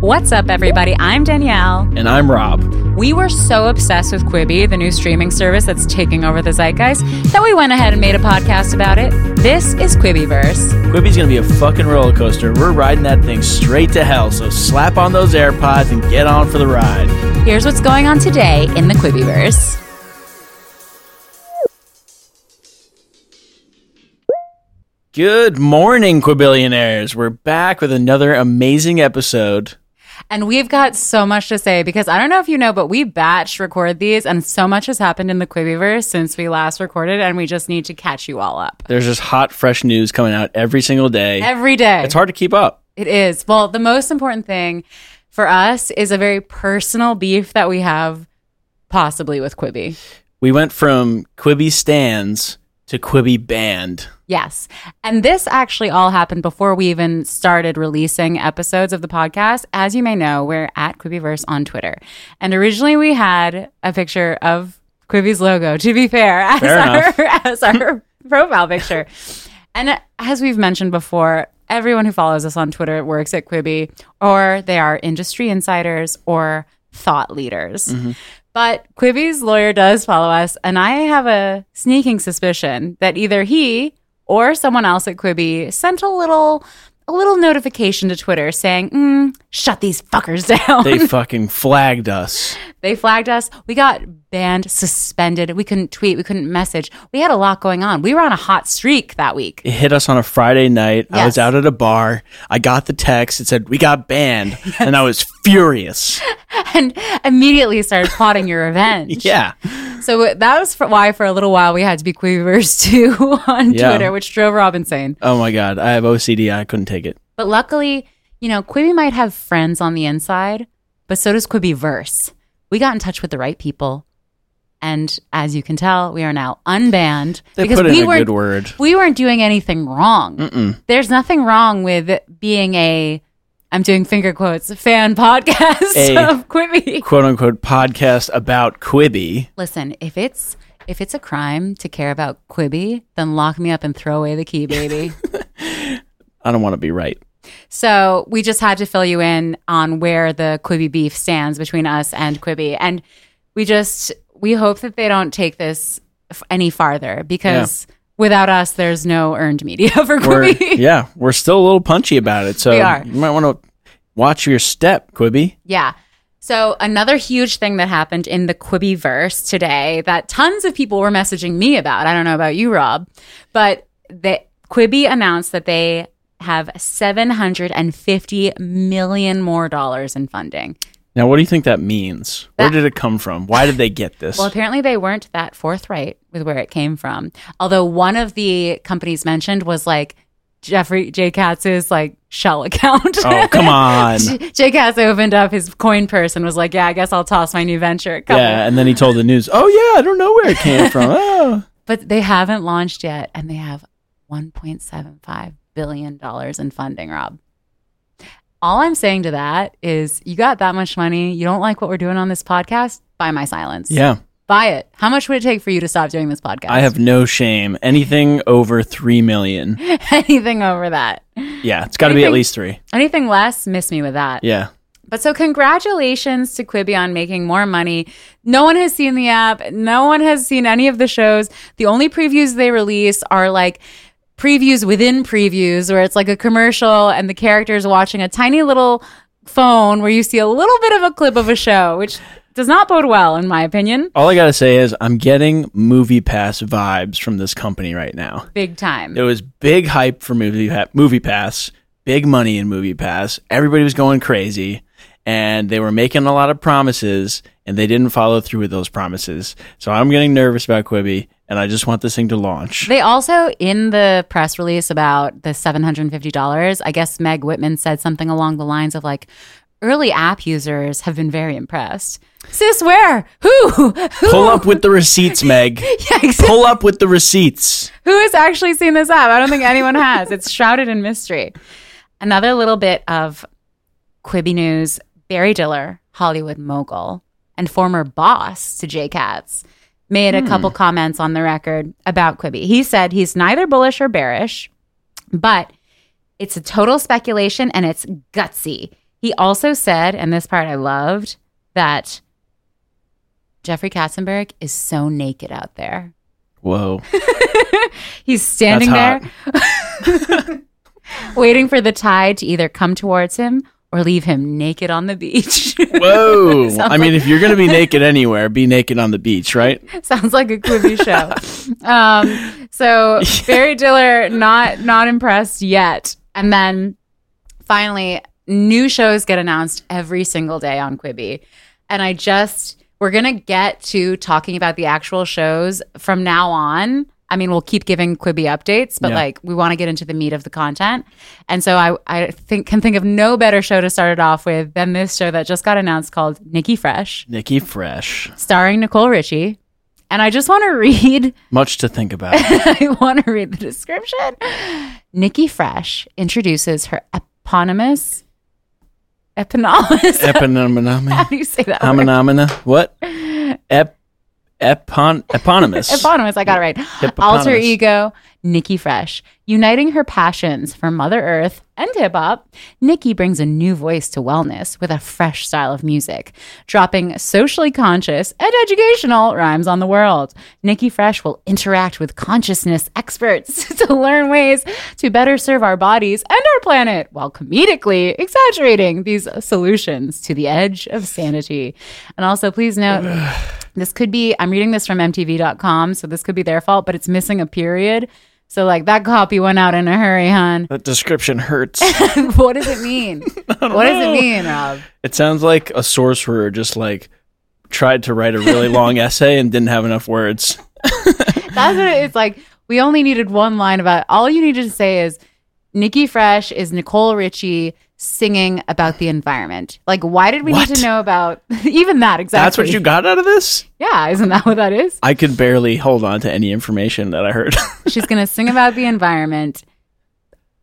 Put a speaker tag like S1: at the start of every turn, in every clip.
S1: What's up, everybody? I'm Danielle.
S2: And I'm Rob.
S1: We were so obsessed with Quibi, the new streaming service that's taking over the zeitgeist, that we went ahead and made a podcast about it. This is Quibiverse.
S2: Quibi's gonna be a fucking roller coaster. We're riding that thing straight to hell, so slap on those AirPods and get on for the ride.
S1: Here's what's going on today in the Quibiverse.
S2: Good morning, Quibillionaires. We're back with another amazing episode.
S1: And we've got so much to say because I don't know if you know, but we batch record these, and so much has happened in the Quibiverse since we last recorded, and we just need to catch you all up
S2: There's just hot, fresh news coming out every single day.
S1: every day.
S2: It's hard to keep up.
S1: It is. Well, the most important thing for us is a very personal beef that we have, possibly with Quibi.
S2: We went from Quibi stands to Quibi band.
S1: Yes. And this actually all happened before we even started releasing episodes of the podcast. As you may know, we're at Quibiverse on Twitter. And originally we had a picture of Quibi's logo, to be fair, as
S2: Fair
S1: our, as our profile picture. And as we've mentioned before, everyone who follows us on Twitter works at Quibi, or they are industry insiders or thought leaders. But Quibi's lawyer does follow us, and I have a sneaking suspicion that either he or someone else at Quibi sent a little a little notification to Twitter saying, mm, "Shut these fuckers down."
S2: They fucking flagged us.
S1: They flagged us. We got banned, suspended. We couldn't tweet. We couldn't message. We had a lot going on. We were on a hot streak that week.
S2: It hit us on a Friday night. I
S1: Yes.
S2: was out at a bar. I got the text. It said, We got banned. And I was furious.
S1: and immediately started plotting your revenge.
S2: Yeah.
S1: So that was for, why for a little while we had to be Quivers too on
S2: Yeah.
S1: Twitter, which drove Rob insane.
S2: Oh my God. I have OCD. I couldn't take it.
S1: But luckily, you know, Quibi might have friends on the inside, but so does Quibiverse. We got in touch with the right people. And as you can tell, we are now unbanned
S2: They
S1: because
S2: put in
S1: we
S2: a
S1: weren't
S2: good word.
S1: we weren't doing anything wrong. There's nothing wrong with being a I'm doing finger quotes fan podcast
S2: A-
S1: of Quibi.
S2: Quote unquote podcast about Quibi.
S1: Listen, if it's if it's a crime to care about Quibi, then lock me up and throw away the key, baby.
S2: I don't want to be right.
S1: so we just had to fill you in on where the Quibi beef stands between us and Quibi, and we just we hope that they don't take this f- any farther because without us, there's no earned media for
S2: We're,
S1: Quibi.
S2: yeah, we're still a little punchy about it. So
S1: We are.
S2: you might want to watch your step, Quibi.
S1: Yeah. So another huge thing that happened in the Quibi verse today that tons of people were messaging me about. I don't know about you, Rob, but the Quibi announced that they have 750 million more dollars in funding.
S2: Now, what do you think that means? Where
S1: That-
S2: did it come from? Why did they get this?
S1: Well, apparently they weren't that forthright with where it came from. Although one of the companies mentioned was like Jeffrey J. Katz's like shell account.
S2: oh, come on.
S1: J- J. Katz opened up his coin purse and was like, "Yeah, I guess I'll toss my new venture." A couple
S2: Yeah, and then he told the news, oh, yeah, I don't know where it came from. Oh.
S1: but they haven't launched yet and they have 1.75 billion dollars in funding rob all i'm saying to that is you got that much money you don't like what we're doing on this podcast buy my silence
S2: Yeah,
S1: buy it how much would it take for you to stop doing this podcast
S2: I have no shame. Anything over 3 million.
S1: anything over that
S2: Yeah, it's got to be at
S1: Anything-
S2: least three.
S1: anything less miss me with that
S2: Yeah.
S1: But so congratulations to Quibi on making more money. No one has seen the app. No one has seen any of the shows. The only previews they release are like previews within previews where it's like a commercial and the characters watching a tiny little phone where you see a little bit of a clip of a show, which does not bode well in my opinion.
S2: All I got to say is I'm getting movie pass vibes from this company right now.
S1: Big time.
S2: There was big hype for movie pa- movie pass, big money in movie pass. Everybody was going crazy and they were making a lot of promises and they didn't follow through with those promises. So I'm getting nervous about Quibi and I just want this thing to launch.
S1: They also, in the press release about the $750, I guess Meg Whitman said something along the lines of like, early app users have been very impressed. Sis, where? Who? Who?
S2: Pull up with the receipts, Meg.
S1: Yikes.
S2: Pull up with the receipts.
S1: Who has actually seen this app? I don't think anyone has. It's shrouded in mystery. Another little bit of Quibi news Barry Diller, Hollywood mogul and former boss to J Katz, made a couple comments on the record about Quibi. He said he's neither bullish or bearish, but it's a total speculation and it's gutsy. He also said, and this part I loved, that Jeffrey Katzenberg is so naked out there.
S2: Whoa.
S1: He's standing there waiting for the tide to either come towards him or leave him naked on the beach.
S2: Whoa.
S1: Sounds
S2: I mean, if you're going to be naked anywhere, be naked on the beach, right?
S1: Sounds like a Quibi show. um, so Barry Diller not not impressed yet, and then finally new shows get announced every single day on Quibi, and I just we're gonna get to talking about the actual shows from now on. I mean, we'll keep giving Quibi updates, but
S2: Yeah.
S1: like we want to get into the meat of the content, and so I I think can think of no better show to start it off with than this show that just got announced called Nikki Fresh
S2: Nikki Fresh.
S1: starring Nicole Richie. And I just want to read
S2: Much to think about.
S1: I want to read the description. Nikki Fresh introduces her eponymous eponymous. How
S2: Eponymina.
S1: do you say that? word?
S2: Hominomina. What? Ep, epon, eponymous.
S1: Eponymous, I got it right. Alter
S2: Hippopotamus.
S1: ego, Nikki Fresh. Uniting her passions for Mother Earth and hip hop, Nikki brings a new voice to wellness with a fresh style of music, dropping socially conscious and educational rhymes on the world. Nikki Fresh will interact with consciousness experts to learn ways to better serve our bodies and our planet while comedically exaggerating these solutions to the edge of sanity. And also, please note, this could be i'm reading this from mtv.com so this could be their fault but it's missing a period so like that copy went out in a hurry hon
S2: That description hurts.
S1: what does it mean what does it
S2: know.
S1: mean rob
S2: It sounds like a sorcerer just like tried to write a really long essay and didn't have enough words.
S1: that's what it- it's like we only needed one line about it. all you needed to say is nikki fresh is nicole ritchie singing about the environment like why did we need
S2: What?
S1: to know about even that exactly
S2: That's what you got out of this?
S1: yeah isn't that what that is
S2: I could barely hold on to any information that I heard.
S1: she's gonna sing about the environment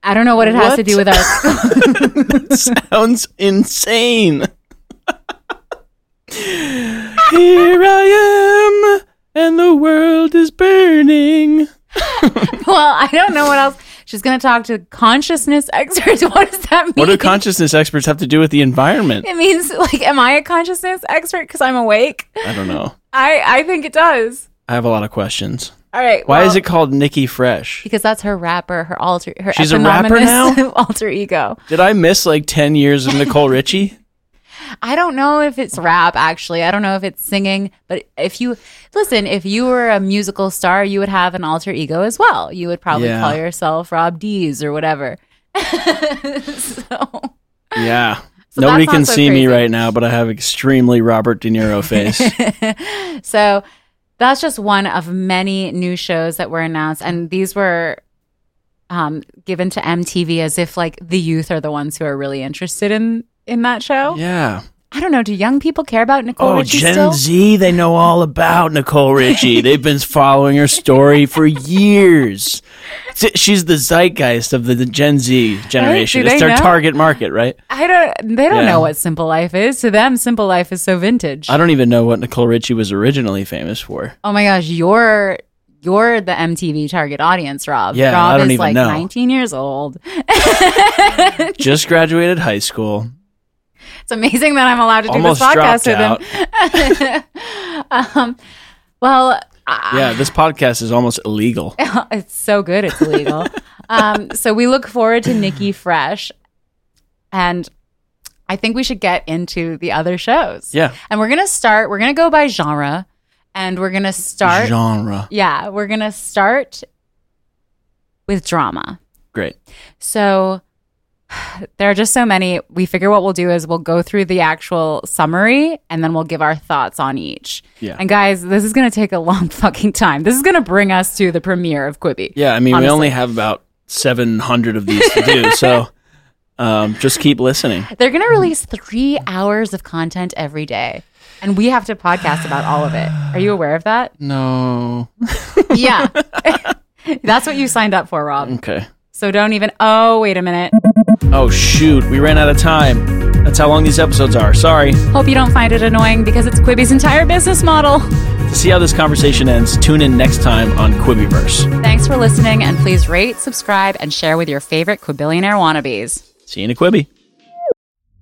S1: i don't know what it has to
S2: What?
S1: do with our
S2: Sounds insane. Here I am, and the world is burning.
S1: Well, I don't know what else. She's going to talk to consciousness experts. What does that mean?
S2: What do consciousness experts have to do with the environment?
S1: it means like, am I a consciousness expert because I'm awake?
S2: I don't know.
S1: I I think it does.
S2: I have a lot of questions.
S1: All right.
S2: Why
S1: well,
S2: is it called Nikki Fresh?
S1: Because that's her rapper, her alter, her
S2: She's a rapper
S1: eponymous alter ego.
S2: Did I miss like 10 years of Nicole Richie?
S1: I don't know if it's rap actually. I don't know if it's singing, but if you listen, if you were a musical star, you would have an alter ego as well. You would probably
S2: Yeah.
S1: call yourself Rob Dees or whatever. so
S2: Yeah.
S1: So that's
S2: Nobody
S1: not
S2: can
S1: so
S2: see
S1: crazy.
S2: me right now, but I have extremely Robert De Niro face.
S1: so that's just one of many new shows that were announced and these were um, given to mtv as if like the youth are the ones who are really interested in in that show
S2: yeah.
S1: i don't know do young people care about Oh. nicole
S2: Oh,
S1: richie
S2: Gen
S1: still
S2: Z, they know all about Nicole Richie. They've been following her story for years. S- She's the zeitgeist of the, the Gen Z generation.
S1: Do
S2: It's
S1: they
S2: their
S1: know?
S2: target market, right?
S1: i don't they don't
S2: Yeah.
S1: know what simple life is to them simple life is so vintage
S2: I don't even know what Nicole Richie was originally famous for.
S1: oh my gosh you're you're the MTV target audience, Rob.
S2: Yeah,
S1: Rob
S2: I don't
S1: is
S2: even
S1: like
S2: know.
S1: 19 years old.
S2: Just graduated high school,
S1: It's amazing that I'm allowed to do
S2: almost
S1: this
S2: dropped
S1: podcast with him.
S2: out.
S1: um, well, I
S2: Yeah, this podcast is almost illegal.
S1: it's so good, it's illegal. um, so we look forward to Nikki Fresh, and I think we should get into the other shows.
S2: Yeah.
S1: and we're gonna start. We're gonna go by genre, and we're gonna start.
S2: Genre.
S1: Yeah, we're gonna start with drama.
S2: Great.
S1: So there are just so many. We figure what we'll do is we'll go through the actual summary and then we'll give our thoughts on each.
S2: Yeah.
S1: And guys, this is going to take a long fucking time. This is going to bring us to the premiere of Quibi.
S2: Yeah, I mean,
S1: Honestly.
S2: we only have about 700 of these to do, so um, just keep listening.
S1: They're going to release three hours of content every day. And we have to podcast about all of it. Are you aware of that?
S2: No.
S1: Yeah. That's what you signed up for, Rob.
S2: Okay.
S1: So don't even. Oh, wait a minute.
S2: Oh, shoot. We ran out of time. That's how long these episodes are. Sorry.
S1: Hope you don't find it annoying because it's Quibi's entire business model.
S2: To see how this conversation ends, tune in next time on Quibiverse.
S1: Thanks for listening, and please rate, subscribe, and share with your favorite Quibillionaire wannabes.
S2: See you in a Quibi.